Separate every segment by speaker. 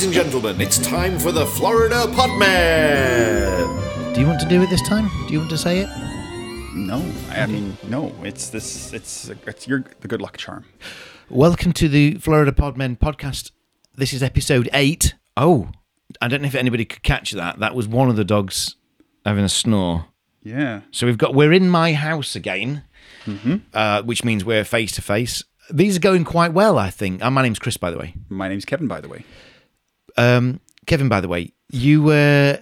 Speaker 1: and gentlemen, it's time for the Florida Podman.
Speaker 2: Do you want to do it this time? Do you want to say it?
Speaker 3: No, I mean no. It's this. It's it's your the good luck charm.
Speaker 2: Welcome to the Florida Podmen podcast. This is episode eight. Oh, I don't know if anybody could catch that. That was one of the dogs having a snore.
Speaker 3: Yeah.
Speaker 2: So we've got we're in my house again, uh, which means we're face to face. These are going quite well, I think. Uh, my name's Chris, by the way.
Speaker 3: My name's Kevin, by the way.
Speaker 2: Um, Kevin, by the way, you uh, were,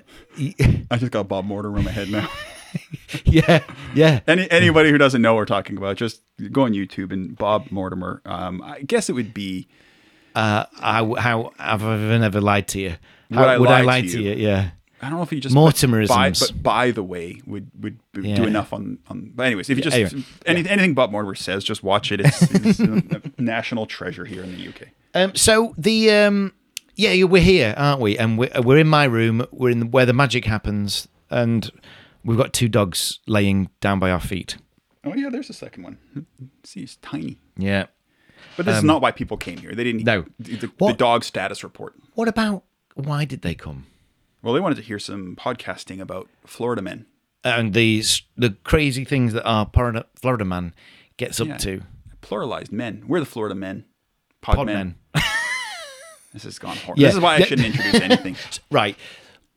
Speaker 3: I just got Bob Mortar around my head now.
Speaker 2: yeah, yeah.
Speaker 3: Any anybody who doesn't know what we're talking about, just go on YouTube and Bob Mortimer. Um, I guess it would be
Speaker 2: I, how have I ever lied to you? How,
Speaker 3: Would I lie to
Speaker 2: to
Speaker 3: you?
Speaker 2: you? Yeah.
Speaker 3: I don't know if you just
Speaker 2: Mortimerisms.
Speaker 3: By, but by the way, would would b- do
Speaker 2: Yeah.
Speaker 3: enough on on. But anyways, if you just
Speaker 2: anyway.
Speaker 3: any, anything Bob Mortimer says, just watch it. It's, it's a national treasure here in the UK.
Speaker 2: Um, so the um, yeah, you- we're here, aren't we? And we're, we're in my room. We're in the, where the magic happens, and we've got two dogs laying down by our feet.
Speaker 3: Oh yeah, there's the second one. Hmm, See, it's tiny.
Speaker 2: Yeah.
Speaker 3: But this is not why people came here. They didn't.
Speaker 2: No.
Speaker 3: The, the- the
Speaker 2: What-
Speaker 3: dog status report.
Speaker 2: What about why did they come?
Speaker 3: Well, they wanted to hear some podcasting about Florida men.
Speaker 2: And these the crazy things that our Florida, Florida man gets up
Speaker 3: Yeah.
Speaker 2: to.
Speaker 3: Pluralized men. We're the Florida men. Pod,
Speaker 2: Pod
Speaker 3: men.
Speaker 2: man.
Speaker 3: This has gone horrible.
Speaker 2: Yeah.
Speaker 3: This is why I
Speaker 2: Yeah.
Speaker 3: shouldn't introduce anything.
Speaker 2: Right.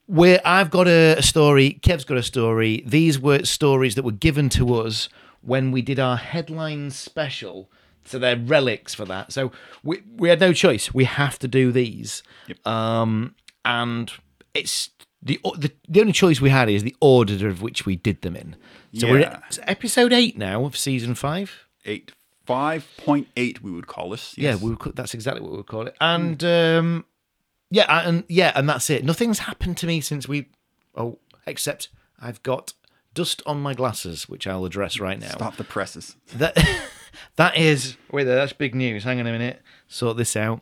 Speaker 2: Where I've got a, a story, Kev's got a story. These were stories that were given to us when we did our headline special. So they're relics for that. So we we had no choice. We have to do these. Um, and it's the, o- the the only choice we had is the order of which we did them in. So we're
Speaker 3: Yeah.
Speaker 2: at it's episode eight now of season five.
Speaker 3: Eight. 5.8 we would call this.
Speaker 2: Yeah, we would, ca- that's exactly what we would call it. And um, yeah, I- and yeah, and that's it. Nothing's happened to me since we. Oh, except I've got dust on my glasses, which I'll address right now.
Speaker 3: Stop the presses.
Speaker 2: That that is wait there, that's big news. Hang on a minute, sort this out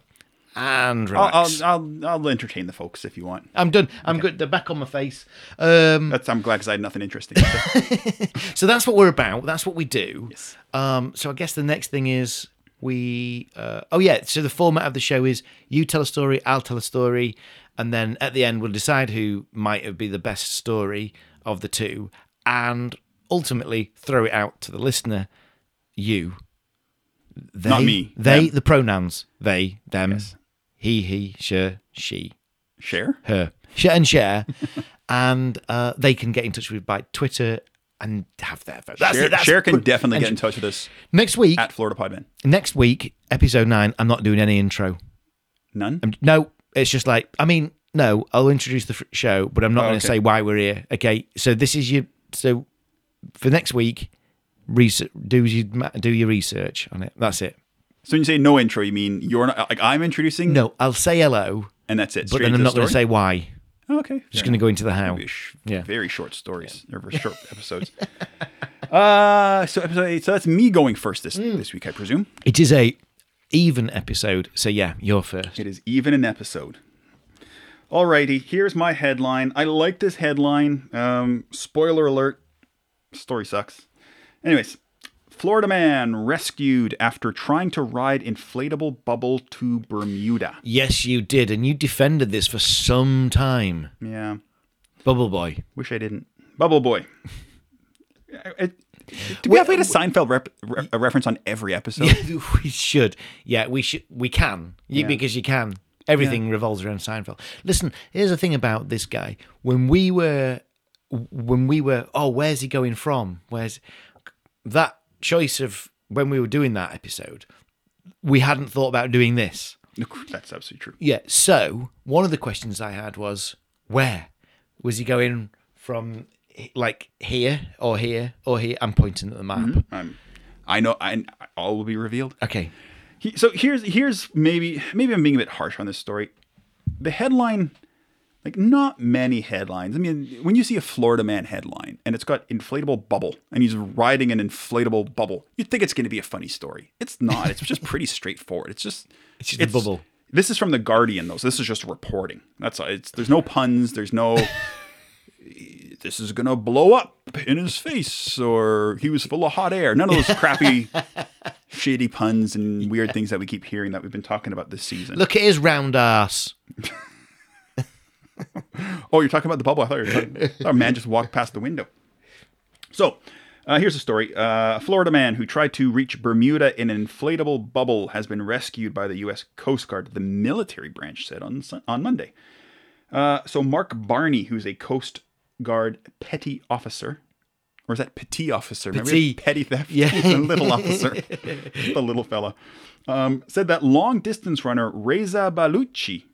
Speaker 2: and
Speaker 3: I'll,
Speaker 2: relax.
Speaker 3: I'll, I'll, I'll entertain the folks if you want.
Speaker 2: Oh, I'm done. I'm good. They're back on my face. Um,
Speaker 3: That's, I'm glad because I had nothing interesting. to say.
Speaker 2: so that's what we're about. That's what we do.
Speaker 3: Yes.
Speaker 2: Um, so I guess the next thing is we. Uh, oh yeah. So the format of the show is you tell a story, I'll tell a story, and then at the end we'll decide who might be the best story of the two, and ultimately throw it out to the listener. You. They,
Speaker 3: Not me.
Speaker 2: They.
Speaker 3: Them.
Speaker 2: The pronouns. They. Them. He. He. She. She
Speaker 3: Share?
Speaker 2: her share and share and uh, they can get in touch with by twitter and have their vote that's
Speaker 3: Share,
Speaker 2: it that's
Speaker 3: Share Uh, can
Speaker 2: put-
Speaker 3: definitely
Speaker 2: and
Speaker 3: get in touch with us
Speaker 2: next week
Speaker 3: at Florida Podman.
Speaker 2: next week episode 9 i'm not doing any intro
Speaker 3: None?
Speaker 2: I'm, no it's just like i mean no i'll introduce the fr- show but i'm not
Speaker 3: Oh,
Speaker 2: going to
Speaker 3: okay.
Speaker 2: say why we're here okay so this is your so for next week research, do you do your research on it that's it
Speaker 3: So when you say no intro, you mean you're not, like I'm introducing?
Speaker 2: no i'll say hello
Speaker 3: And that's it.
Speaker 2: but then i'm not going to say why
Speaker 3: Oh, Okay.
Speaker 2: just going to go into the how
Speaker 3: Maybe a sh-
Speaker 2: Yeah.
Speaker 3: very short stories or short episodes. uh, so episode eight. So that's me going first this this week, I presume.
Speaker 2: it is a even episode so yeah you're first
Speaker 3: It is even an episode. Alrighty, here's my headline. I like this headline. Um, spoiler alert: story sucks. Anyways, Florida man rescued after trying to ride inflatable bubble to Bermuda.
Speaker 2: Yes, you did, and you defended this for some time.
Speaker 3: Yeah,
Speaker 2: Bubble Boy.
Speaker 3: wish I didn't. Bubble boy. It, do we have made a Seinfeld rep, re- a reference on every episode?
Speaker 2: we should. Yeah, we should. We can. You, Because you can. Everything revolves around Seinfeld. Listen, here's the thing about this guy. When we were, when we were, oh, where's he going from? Where's that choice of when we were doing that episode? We hadn't thought about doing this.
Speaker 3: That's absolutely true.
Speaker 2: Yeah. So one of the questions I had was, where was he going from? h- Like here or here or here? I'm pointing at the map.
Speaker 3: Mm-hmm. Um, I know, I, all will be revealed.
Speaker 2: Okay.
Speaker 3: He, so here's here's maybe maybe I'm being a bit harsh on this story. The headline, like not many headlines. I mean, when you see a Florida man headline and it's got inflatable bubble and he's riding an inflatable bubble, you'd think it's going to be a funny story. It's not. It's just pretty straightforward. It's just
Speaker 2: It's just a bubble.
Speaker 3: This is from the Guardian, though. So this is just reporting. That's all. It's there's no puns. There's no. This is gonna blow up in his face, or he was full of hot air. None of those crappy shady puns and weird things that we keep hearing that we've been talking about this season.
Speaker 2: Look at his round ass.
Speaker 3: Oh, you're talking about the bubble. I thought you were talking. I thought a man just walked past the window. So, uh, here's a story. Uh, a Florida man who tried to reach Bermuda in an inflatable bubble has been rescued by the U.S. Coast Guard. The military branch said on Sun- on Monday. Uh, so Mark Barney, who's a Coast Guard petty officer, or is that petty officer? Remember
Speaker 2: Petty.
Speaker 3: petty theft.
Speaker 2: Yeah.
Speaker 3: He's a little officer, the little fella, um, said that long distance runner Reza Baluchi.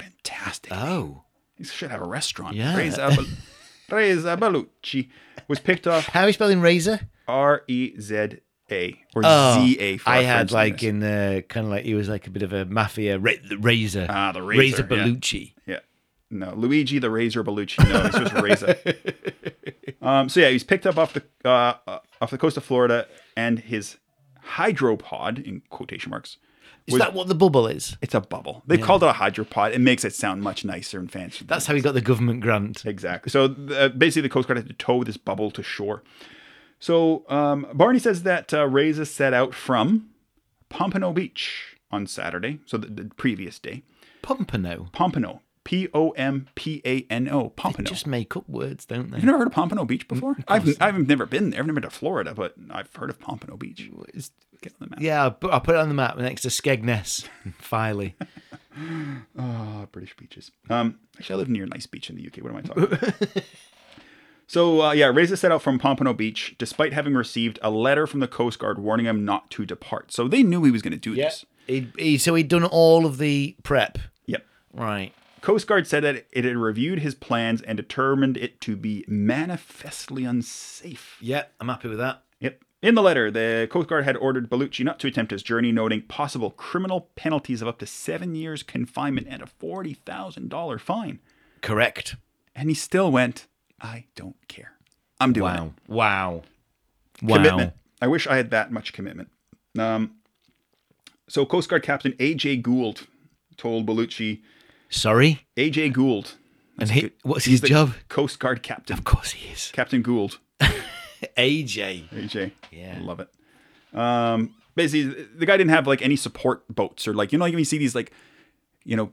Speaker 3: Fantastic.
Speaker 2: Oh.
Speaker 3: He should have a restaurant.
Speaker 2: Yeah.
Speaker 3: Reza, Bal- Reza Baluchi was picked off
Speaker 2: How are you spelling razor?
Speaker 3: R E Z A or
Speaker 2: Oh,
Speaker 3: Z A. for
Speaker 2: I
Speaker 3: our
Speaker 2: had
Speaker 3: French
Speaker 2: like
Speaker 3: listeners.
Speaker 2: in the kind of like he was like a bit of a mafia ra- the razor.
Speaker 3: Ah, the
Speaker 2: razor
Speaker 3: razor, yeah.
Speaker 2: Bellucci.
Speaker 3: yeah. No, Luigi the Razor Bellucci. No, he's just Reza. Um, so yeah, he's picked up off the uh, uh, off the coast of Florida, and his hydropod in quotation marks.
Speaker 2: Is
Speaker 3: was-
Speaker 2: that what the bubble is?
Speaker 3: It's a bubble. They've called it a hydropod. It makes it sound much nicer and fancier.
Speaker 2: That's how he got the government grant.
Speaker 3: Exactly. So uh, basically, the Coast Guard had to tow this bubble to shore. So um, Barney says that uh, Reza set out from Pompano Beach on Saturday, so the, the previous day.
Speaker 2: Pompano.
Speaker 3: Pompano, P O M P A N O, Pompano.
Speaker 2: Just make up words, don't they?
Speaker 3: You've never heard of Pompano Beach before? I've, I've never been there. I've never been to Florida, but I've heard of Pompano Beach. Get on the map.
Speaker 2: Yeah, I'll put, I'll put it on the map next to Skegness and Filey.
Speaker 3: Ah, British beaches. Um, actually, I live near a nice beach in the UK. What am I talking about? so, uh, yeah, Reza set out from Pompano Beach despite having received a letter from the Coast Guard warning him not to depart. So they knew he was going to do this.
Speaker 2: He, he, so he'd done all of the prep.
Speaker 3: Yep.
Speaker 2: Right.
Speaker 3: Coast Guard said that it had reviewed his plans and determined it to be manifestly unsafe.
Speaker 2: Yeah, I'm happy with that.
Speaker 3: Yep. In the letter, the Coast Guard had ordered Bellucci not to attempt his journey, noting possible criminal penalties of up to seven years confinement and a $40,000 fine.
Speaker 2: Correct.
Speaker 3: And he still went, I don't care. I'm doing it.
Speaker 2: Wow. Wow. Wow.
Speaker 3: commitment. I wish I had that much commitment. Um, so Coast Guard Captain AJ Gould told Bellucci,
Speaker 2: Sorry.
Speaker 3: AJ Gould,
Speaker 2: And he,
Speaker 3: good.
Speaker 2: what's
Speaker 3: he's
Speaker 2: his
Speaker 3: the
Speaker 2: job?
Speaker 3: Coast Guard Captain,
Speaker 2: Of course he is.
Speaker 3: Captain Gould,
Speaker 2: AJ.
Speaker 3: AJ.
Speaker 2: Yeah.
Speaker 3: love it. Um, basically, the guy didn't have like any support boats or like you know like when you see these like you know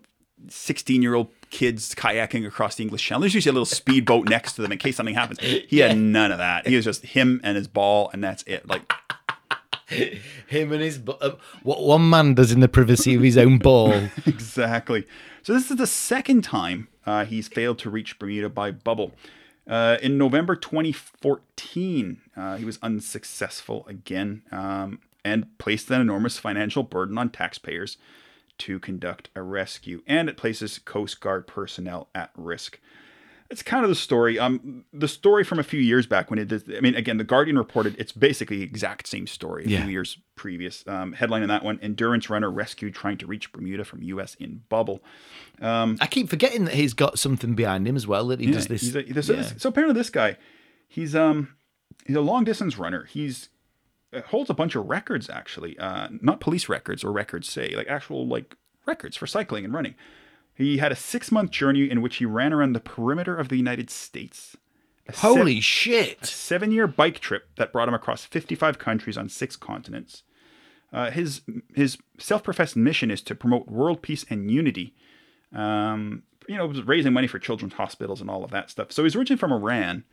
Speaker 3: sixteen year old kids kayaking across the English Channel. There's usually a little speedboat next to them in case something happens. He had none of that. He was just him and his ball, and that's it. Like
Speaker 2: Him and his. bu- Um, what one man does in the privacy of his own ball.
Speaker 3: Exactly. So this is the second time uh, he's failed to reach Bermuda by bubble. Uh, in November 2014, uh, he was unsuccessful again um, and placed an enormous financial burden on taxpayers to conduct a rescue. And it places Coast Guard personnel at risk. It's kind of the story. Um, the story from a few years back when it did. I mean, again, the Guardian reported it's basically the exact same story a
Speaker 2: Yeah.
Speaker 3: few years previous. Um, headline in that one: Endurance runner rescued trying to reach Bermuda from U.S. in bubble.
Speaker 2: I keep forgetting that he's got something behind him as well. That he does
Speaker 3: Yeah,
Speaker 2: this.
Speaker 3: he's a- he's a-
Speaker 2: yeah.
Speaker 3: so apparently, this guy, he's um, he's a long distance runner. He's uh, holds a bunch of records actually, uh, not police records or records say like actual like records for cycling and running. He had a six month journey in which he ran around the perimeter of the United States. A se-
Speaker 2: Holy shit!
Speaker 3: seven year bike trip that brought him across 55 countries on six continents. Uh, his his self professed mission is to promote world peace and unity. Um, you know, raising money for children's hospitals and all of that stuff. So he's originally from Iran.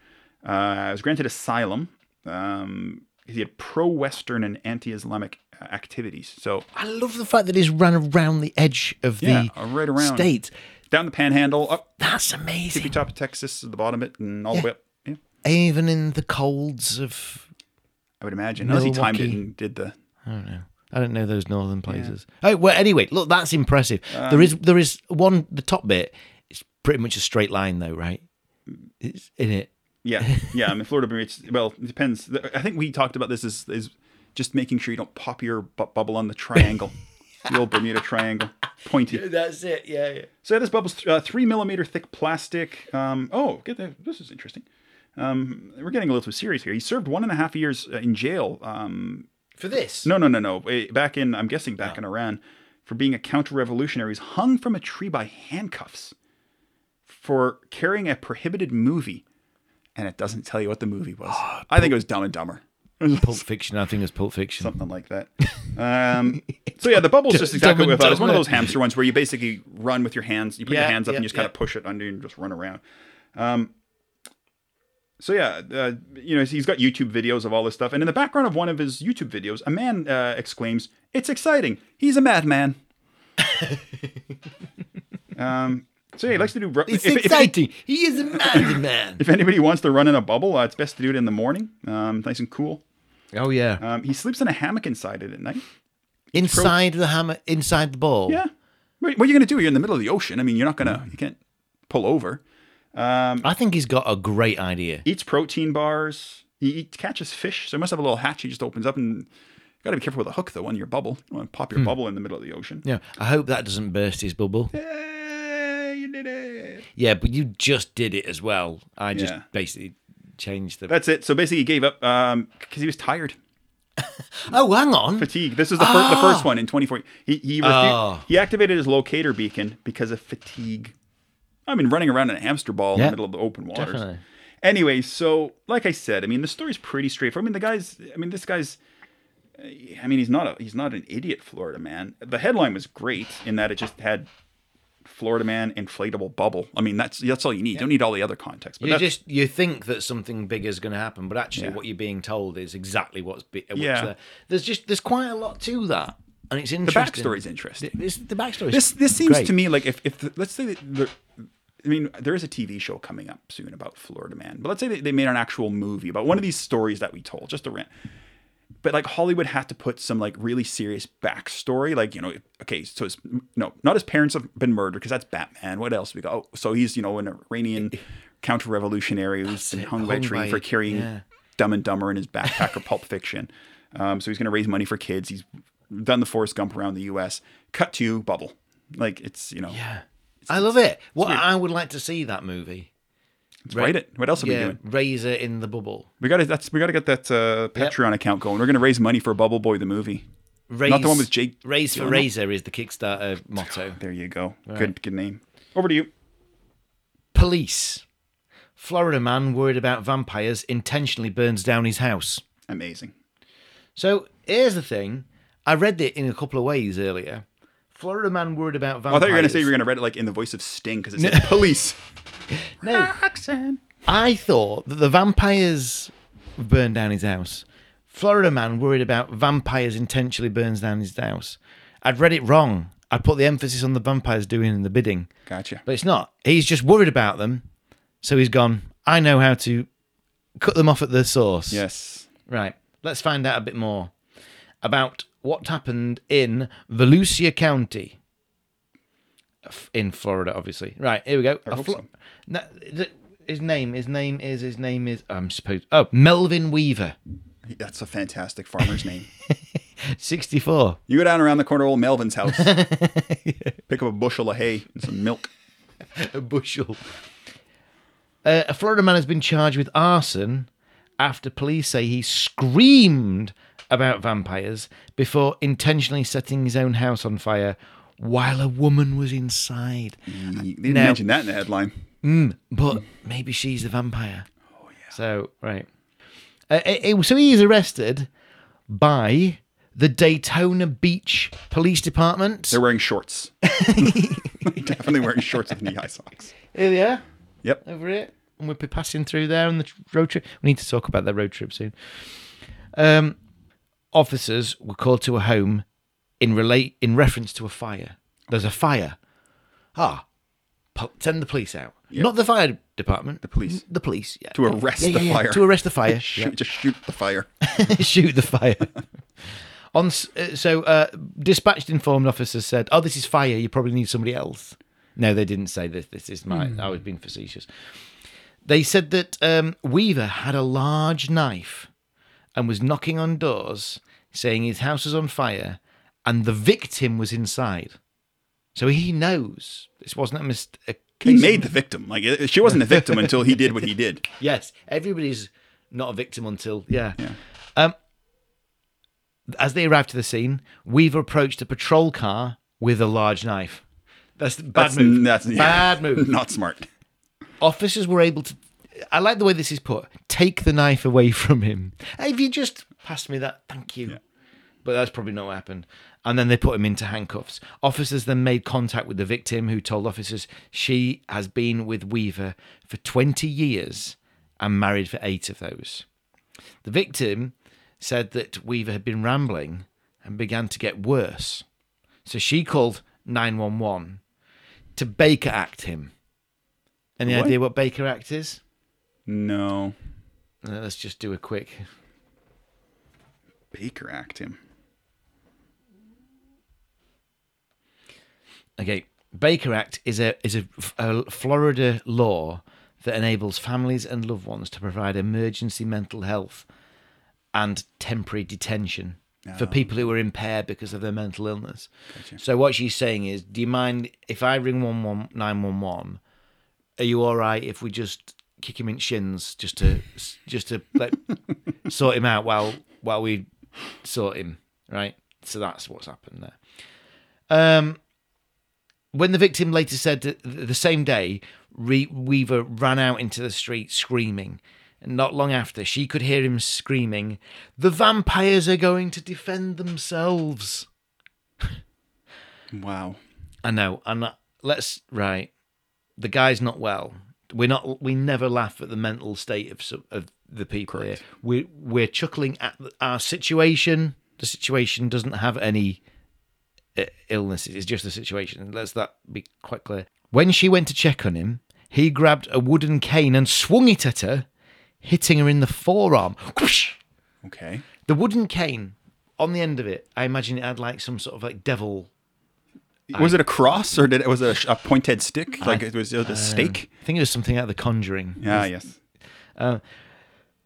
Speaker 3: Uh, was granted asylum. Um, he had pro Western and anti Islamic activities. So
Speaker 2: I love the fact that he's ran around the edge of
Speaker 3: Yeah,
Speaker 2: the
Speaker 3: right around.
Speaker 2: state.
Speaker 3: down the panhandle, up
Speaker 2: That's
Speaker 3: tippy
Speaker 2: amazing.
Speaker 3: top of Texas, to the bottom of it, and all the way up. Yeah,
Speaker 2: Even in the colds of
Speaker 3: I would imagine. Unless he timed it
Speaker 2: Milwaukee.
Speaker 3: and did the
Speaker 2: I don't know. I don't know those northern places. Oh well, anyway, look, that's impressive. there
Speaker 3: Um,
Speaker 2: is there is one the top bit. It's pretty much a straight line though, right? It's in it.
Speaker 3: Yeah, yeah. I mean, Florida Beach. Well, it depends. The- I think we talked about this is is just making sure you don't pop your bu- bubble on the triangle, the old Bermuda Triangle, pointy.
Speaker 2: That's it. Yeah. yeah.
Speaker 3: So this bubble's uh, three millimeter thick plastic. Um, oh, get that. This is interesting. Um, we're getting a little too serious here. He served one and a half years uh, in jail. Um,
Speaker 2: For this.
Speaker 3: no, no, no, no. eh, Back in, I'm guessing back in Iran, for being a counter-revolutionary, he's hung from a tree by handcuffs for carrying a prohibited movie, and it doesn't tell you what the movie was. I think it was Dumb and Dumber.
Speaker 2: Pulp Fiction. I think it's Pulp Fiction.
Speaker 3: something like that. Um, so yeah, the bubble's just exactly
Speaker 2: dumb
Speaker 3: what I
Speaker 2: and
Speaker 3: thought. It's one of
Speaker 2: dumber.
Speaker 3: those hamster ones where you basically run with your hands. You put your
Speaker 2: Yeah,
Speaker 3: hands up
Speaker 2: yeah,
Speaker 3: and you just kind of
Speaker 2: yeah.
Speaker 3: push it under you and just run around. Um, so yeah, uh, you know he's got YouTube videos of all this stuff, and in the background of one of his YouTube videos, a man uh, exclaims, "It's exciting! He's a madman." um, so yeah, he likes to do. Ru-
Speaker 2: It's
Speaker 3: if- if-
Speaker 2: exciting. he is a madman.
Speaker 3: if anybody wants to run in a bubble, uh, it's best to do it in the morning, um, nice and cool.
Speaker 2: oh yeah.
Speaker 3: Um, he sleeps in a hammock inside it at night.
Speaker 2: inside the hammer, inside the ball.
Speaker 3: Yeah. What what are you going to do? You're in the middle of the ocean. I mean, you're not going to, you can't pull over. um,
Speaker 2: I think he's got a great idea.
Speaker 3: Eats protein bars. He eats, catches fish. So he must have a little hatch. He just opens up and got to be careful with a hook, though, on your bubble. You don't want to pop your bubble in the middle of the ocean.
Speaker 2: Yeah. I hope that doesn't burst his bubble.
Speaker 3: Hey, you did it.
Speaker 2: Yeah, but you just did it as well. I just
Speaker 3: Yeah.
Speaker 2: basically changed the.
Speaker 3: That's it. So basically, he gave up because he was tired.
Speaker 2: oh, hang on.
Speaker 3: Fatigue. This is the, fir- the first one in 2014. He, he, refu-
Speaker 2: Ah. Oh.
Speaker 3: he activated his locator beacon because of fatigue. I mean, running around in a hamster ball in
Speaker 2: Yeah.
Speaker 3: the middle of the open waters.
Speaker 2: Definitely.
Speaker 3: Anyway, so like I said, I mean the story's pretty straightforward. I mean the guy's, I mean this guy's, I mean he's not a he's not an idiot, Florida man. The headline was great in that it just had Florida man inflatable bubble. I mean that's that's all you need. You don't need all the other context. But
Speaker 2: You
Speaker 3: that's-
Speaker 2: just you think that something bigger is going to happen, but actually,
Speaker 3: Yeah.
Speaker 2: what you're being told is exactly what's, be- what's
Speaker 3: Yeah.
Speaker 2: there. There's just there's quite a lot to that, and it's
Speaker 3: the
Speaker 2: interesting.
Speaker 3: backstory's interesting.
Speaker 2: This, the backstory.
Speaker 3: This this seems
Speaker 2: great.
Speaker 3: to me like if if the, let's say that the, I mean there is a TV show coming up soon about Florida Man, but let's say they, they made an actual movie about one of these stories that we told, just a rant. But like Hollywood had to put some like really serious backstory, like you know, okay, so his no, not his parents have been murdered because that's Batman. What else we got? Oh, so he's you know an Iranian counter-revolutionary who's been
Speaker 2: Eh, it,
Speaker 3: hung by a
Speaker 2: hung
Speaker 3: tree
Speaker 2: by-
Speaker 3: for carrying
Speaker 2: yeah.
Speaker 3: Dumb and Dumber in his backpack or Pulp Fiction. Um, so he's going to raise money for kids. He's done the Forrest Gump around the U.S. Cut to Bubble. Like it's you know,
Speaker 2: Yeah. I love it. What I would like to see that movie.
Speaker 3: let's write it. What else are we
Speaker 2: Yeah,
Speaker 3: doing?
Speaker 2: Razor in the bubble.
Speaker 3: We got to that's we got to get that uh, Patreon account going. We're going to raise money for Bubble Boy the movie.
Speaker 2: Raise,
Speaker 3: Not the one with Jake
Speaker 2: Raise for
Speaker 3: Gyllenhaal?
Speaker 2: Razor is the Kickstarter motto.
Speaker 3: There you go. Good good name. Over to you.
Speaker 2: Police. Florida man worried about vampires intentionally burns down his house.
Speaker 3: Amazing.
Speaker 2: So here's the thing. I read it in a couple of ways earlier. Florida man worried about vampires.
Speaker 3: Oh, I thought you were going to say you were going to read it like in the voice of Sting because it said police.
Speaker 2: No,
Speaker 3: Roxanne.
Speaker 2: I thought that the vampires burned down his house. Florida man worried about vampires intentionally burns down his house. I'd read it wrong. I'd put the emphasis on the vampires doing the bidding,
Speaker 3: Gotcha.
Speaker 2: but it's not. He's just worried about them, so he's gone. I know how to cut them off at the source.
Speaker 3: Yes.
Speaker 2: Right. Let's find out a bit more about what happened in Volusia County. F- In Florida, obviously. Right, here we go. A
Speaker 3: hope
Speaker 2: Flo-
Speaker 3: so.
Speaker 2: No, th- his name, his name is, his name is, I'm supposed, oh, Melvin Weaver,
Speaker 3: That's a fantastic farmer's name.
Speaker 2: 64.
Speaker 3: You go down around the corner of old Melvin's house, pick up a bushel of hay and some milk.
Speaker 2: a bushel. Uh, a Florida man has been charged with arson after police say he screamed about vampires before intentionally setting his own house on fire while a woman was inside.
Speaker 3: You didn't
Speaker 2: Now-
Speaker 3: mention that in the headline.
Speaker 2: But maybe she's the vampire. Oh, yeah. So, right. Uh, it- it- so he is arrested by the Daytona Beach Police Department.
Speaker 3: They're wearing shorts. Definitely wearing shorts with knee high socks.
Speaker 2: Here they are.
Speaker 3: Yep.
Speaker 2: over it, and we'll be passing through there on the tr- road trip. We need to talk about that road trip soon. Um, officers were called to a home in relate in reference to a fire. There's a fire. Ah, po- send the police out. Not the fire department. The
Speaker 3: police.
Speaker 2: The police. Yeah.
Speaker 3: To arrest
Speaker 2: Yeah, yeah,
Speaker 3: the
Speaker 2: yeah,
Speaker 3: fire.
Speaker 2: To arrest the fire.
Speaker 3: Shoot,
Speaker 2: Yeah.
Speaker 3: Just shoot the fire.
Speaker 2: Shoot the fire. On s- uh, so uh, dispatched informed officers said, "Oh, this is fire. You probably need somebody else." No, they didn't say this. This is my. I was being facetious. They said that um, Weaver had a large knife and was knocking on doors, saying his house was on fire, and the victim was inside. So he knows this wasn't a mistake.
Speaker 3: He made the victim. Like it- she wasn't a victim until he did what he did.
Speaker 2: Yes, everybody's not a victim until yeah. Um, as they arrived to the scene, Weaver approached a patrol car with a large knife. That's the bad
Speaker 3: That's-
Speaker 2: move.
Speaker 3: that's- yeah.
Speaker 2: bad move.
Speaker 3: Not smart.
Speaker 2: Officers were able to I like the way this is put. Take the knife away from him. Hey, If you just passed me that, thank you. But that's probably not what happened. And then they put him into handcuffs. Officers then made contact with the victim, who told officers she has been with Weaver for 20 years and married for eight of those. The victim said that Weaver had been rambling and began to get worse. So she called 911 to Baker Act him. Any
Speaker 3: What?
Speaker 2: idea what Baker Act is?
Speaker 3: No.
Speaker 2: Uh, let's just do a quick.
Speaker 3: Baker act him.
Speaker 2: Okay, Baker Act is a is a, a Florida law that enables families and loved ones to provide emergency mental health and temporary detention for people who are impaired because of their mental illness. So what she's saying is, do you mind if I ring one one nine one one? Are you all right if we just kick him in shins just to just to let sort him out while while we sort him right? So that's what's happened there. Um, when the victim later said that th- the same day, Re- Weaver ran out into the street screaming. And not long after, she could hear him screaming, The vampires are going to defend themselves.
Speaker 3: Wow.
Speaker 2: I know. And I- let's right. The guy's not well. We're not. We never laugh at the mental state of some, of the people here. We we're chuckling at the- our situation. The situation doesn't have any uh, illnesses. It's just a situation. And Let's that be quite clear. When she went to check on him, he grabbed a wooden cane and swung it at her, hitting her in the forearm. Whoosh!
Speaker 3: Okay.
Speaker 2: The wooden cane on the end of it. I imagine it had like some sort of like devil.
Speaker 3: was it a cross or did it was it a, a pointed stick? Like it was, it was a stake?
Speaker 2: I think it was something out of The Conjuring.
Speaker 3: Yeah, yes.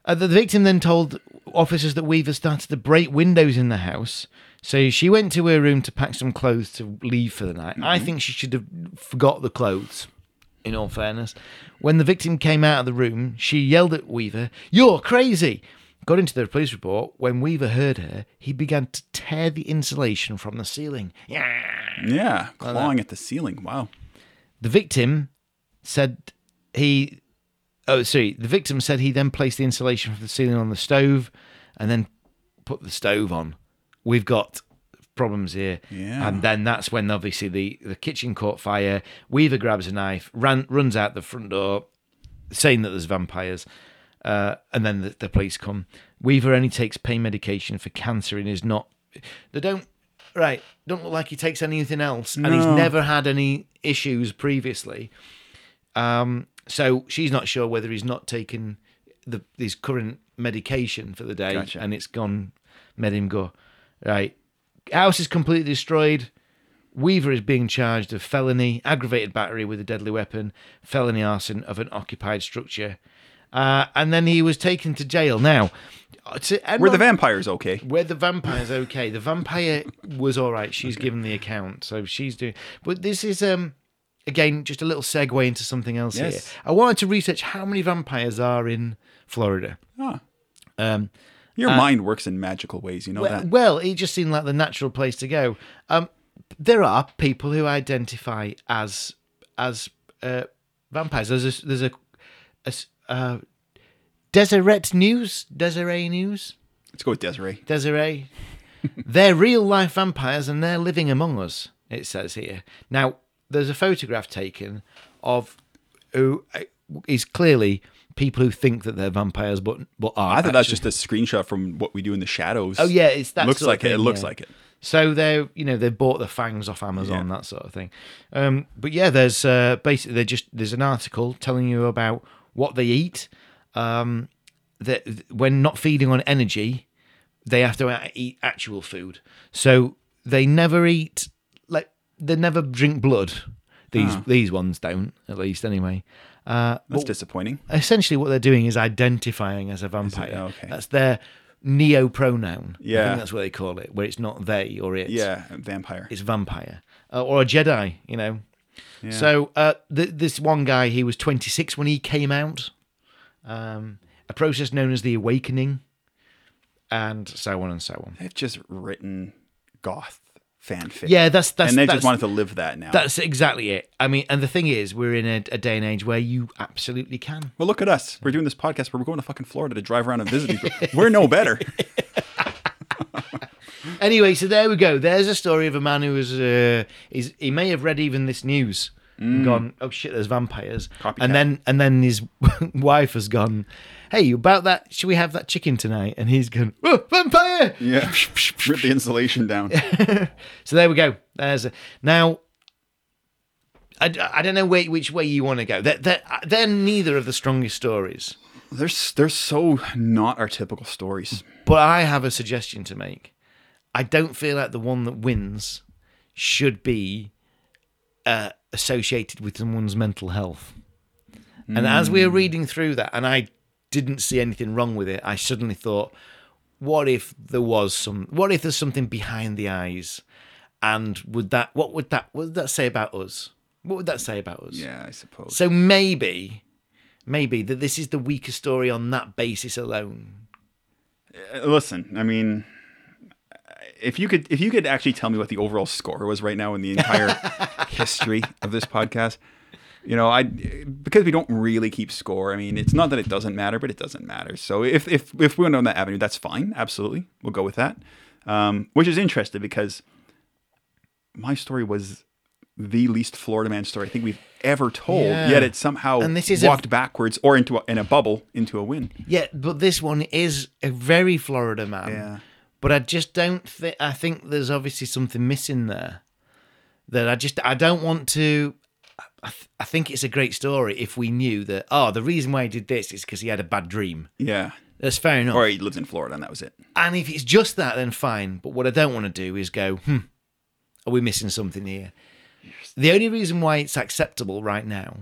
Speaker 2: Uh, the victim then told officers that Weaver started to break windows in the house. So she went to her room to pack some clothes to leave for the night. I think she should have forgot the clothes, in all fairness. When the victim came out of the room, she yelled at Weaver, You're crazy! Got into the police report. When Weaver heard her, he began to tear the insulation from the ceiling. Yeah.
Speaker 3: Yeah. Clawing at the ceiling. Wow.
Speaker 2: The victim said he. Oh, sorry. The victim said he then placed the insulation from the ceiling on the stove, and then put the stove on. We've got problems here.
Speaker 3: Yeah.
Speaker 2: And then that's when obviously the the kitchen caught fire. Weaver grabs a knife, ran, runs out the front door, saying that there's vampires. Uh, and then the, the police come. Weaver only takes pain medication for cancer and is not. They don't. Right. Don't look like he takes anything else. And he's
Speaker 3: No.
Speaker 2: never had any issues previously. Um, so she's not sure whether he's not taken the his current medication for the day
Speaker 3: Gotcha.
Speaker 2: and it's gone, made him go. Right. House is completely destroyed. Weaver is being charged of felony, aggravated battery with a deadly weapon, felony arson of an occupied structure. Uh, and then he was taken to jail. Now, uh, to end
Speaker 3: Were the
Speaker 2: on-
Speaker 3: vampires okay?
Speaker 2: where the vampire's okay. The vampire was all right. She's given the account, so she's doing. But this is um again just a little segue into something else here.
Speaker 3: Yes.
Speaker 2: I wanted to research how many vampires are in Florida.
Speaker 3: Ah.
Speaker 2: Um,
Speaker 3: Your mind works in magical ways, you know
Speaker 2: well,
Speaker 3: that?
Speaker 2: well, it just seemed like the natural place to go. Um, there are people who identify as as uh, vampires. There's a, there's a, a s- uh, Deseret News, Desiree News.
Speaker 3: Let's go with Desiree.
Speaker 2: Desiree. they're real life vampires and they're living among us, it says here. Now, there's a photograph taken of who eh, is clearly people who think that they're vampires but, but are.
Speaker 3: I thought that's just a screenshot from what we do in the shadows.
Speaker 2: Oh, yeah, it's that
Speaker 3: looks
Speaker 2: sort of
Speaker 3: like it. It
Speaker 2: thing,
Speaker 3: looks
Speaker 2: yeah.
Speaker 3: like it.
Speaker 2: So they're, you know, they bought the fangs off Amazon, that sort of thing. Um, but yeah, there's uh, basically they just there's an article telling you about what they eat. Um, that th- when not feeding on energy, they have to a- eat actual food. So they never eat like they never drink blood. These
Speaker 3: Ah.
Speaker 2: these ones don't, at least anyway. Uh,
Speaker 3: That's disappointing.
Speaker 2: essentially what they're doing is identifying as a vampire.
Speaker 3: Oh, Okay.
Speaker 2: That's their neo pronoun. I
Speaker 3: Yeah.
Speaker 2: think that's what they call it, where it's not they or it.
Speaker 3: Yeah, vampire.
Speaker 2: It's vampire uh, or a Jedi, you know. So uh, th- this one guy, he was 26 when he came out. Um, a process known as the awakening, and so on and so on.
Speaker 3: They've just written goth fanfic.
Speaker 2: Yeah, that's- that's-
Speaker 3: and they
Speaker 2: that's-
Speaker 3: just wanted to live that now.
Speaker 2: That's exactly it. I mean, and the thing is, we're in a, a day and age where you absolutely can.
Speaker 3: well, look at us. We're doing this podcast, but we're going to fucking Florida to drive around and visit people. we're no better.
Speaker 2: Anyway, so there we go. There's a story of a man who was uh, is he may have read even this news, and gone, oh shit, there's vampires,
Speaker 3: Copycat.
Speaker 2: and then and then his wife has gone, hey, about that, should we have that chicken tonight? And he's gone, oh, vampire.
Speaker 3: Yeah, rip the insulation down.
Speaker 2: So there we go. There's a, now. I, I don't know whi- which way you want to go. They're, they're, they're neither of the strongest stories,
Speaker 3: They're s- they're so not our typical stories.
Speaker 2: but I have a suggestion to make. I don't feel like the one that wins should be uh, associated with someone's mental health. And as we were reading through that, and I didn't see anything wrong with it, I suddenly thought, what if there was some? What if there's something behind the eyes? And would that? What would that? What would that say about us? What would that say about us?
Speaker 3: Yeah, I suppose.
Speaker 2: So maybe, maybe that this is the weaker story on that basis alone.
Speaker 3: Uh, Listen, I mean, if you could if you could actually tell me what the overall score was right now in the entire history of this podcast, you know, I because we don't really keep score. I mean, it's not that it doesn't matter, but it doesn't matter. So if if if we went on that avenue, that's fine. Absolutely, we'll go with that. Um, which is interesting because my story was the least Florida man story I think we've ever told.
Speaker 2: Yeah.
Speaker 3: Yet it somehow
Speaker 2: And this is a-
Speaker 3: walked backwards or into a, in a bubble into a win.
Speaker 2: Yeah, but this one is a very Florida man.
Speaker 3: Yeah.
Speaker 2: But I just don't think. I think there's obviously something missing there. That I just I don't want to. I, th- I think it's a great story if we knew that. Oh, the reason why he did this is because he had a bad dream.
Speaker 3: Yeah.
Speaker 2: That's fair enough.
Speaker 3: Or he lives in Florida and that was it.
Speaker 2: And if it's just that, then fine. But what I don't want to do is go, hmm, are we missing something here? The only reason why it's acceptable right now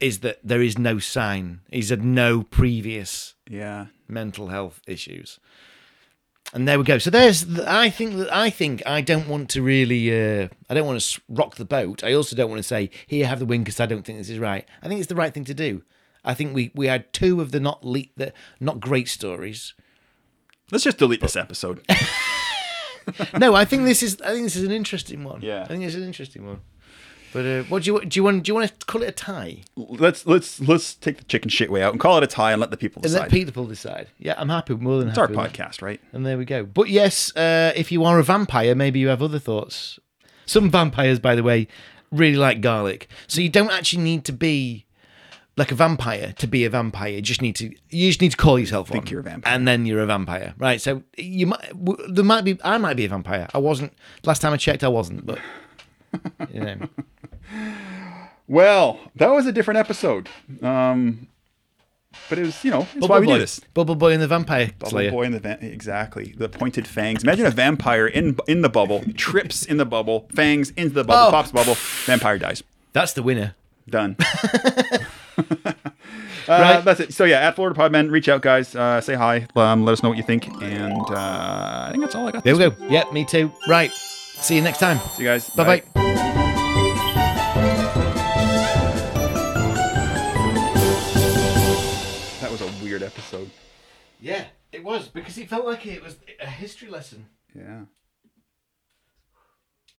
Speaker 2: is that there is no sign. He's had no previous
Speaker 3: Yeah.
Speaker 2: mental health issues. And there we go. So there's. th- I think that I think I don't want to really. Uh, I don't want to s- rock the boat. I also don't want to say here have the win because I don't think this is right. I think it's the right thing to do. I think we we had two of the not le- the not great stories.
Speaker 3: Let's just delete this episode.
Speaker 2: no, I think this is. I think this is an interesting one.
Speaker 3: Yeah.
Speaker 2: I think it's an interesting one. But uh, what do you do? You want do you want to call it a tie
Speaker 3: let's let's let's take the chicken shit way out and call it a tie and let the people
Speaker 2: and let
Speaker 3: decide.
Speaker 2: people decide? Yeah, I'm happy. More than
Speaker 3: it's our
Speaker 2: happy. with
Speaker 3: podcast, right?
Speaker 2: that. And there we go. But yes, uh, if you are a vampire, maybe you have other thoughts. Some vampires, by the way, really like garlic, so you don't actually need to be like a vampire to be a vampire. You just need to you just need to call yourself one,
Speaker 3: you're a vampire.
Speaker 2: and then you're a vampire, right? So you might w- there might be I might be a vampire. I wasn't last time I checked. I wasn't, but you know.
Speaker 3: Well, that was a different episode. Um, but it was you know it's why we
Speaker 2: Boy.
Speaker 3: do this.
Speaker 2: Bubble Boy and the Vampire
Speaker 3: Bubble
Speaker 2: Slayer.
Speaker 3: boy in the van- exactly the pointed fangs. Imagine a vampire in in the bubble trips in the bubble, fangs into the bubble,
Speaker 2: Oh.
Speaker 3: pops bubble, vampire dies.
Speaker 2: That's the winner.
Speaker 3: Done. Uh,
Speaker 2: right?
Speaker 3: that's it. So yeah, at Florida Podman, reach out, guys. Uh, say hi. Um, let us know what you think, and uh, I think that's all I got.
Speaker 2: There
Speaker 3: this
Speaker 2: we go. Yeah, me too. Right. See you next time.
Speaker 3: week. See you guys.
Speaker 2: Bye-bye.
Speaker 3: That was a weird episode.
Speaker 2: Yeah, it was because it felt like it was a history lesson.
Speaker 3: Yeah.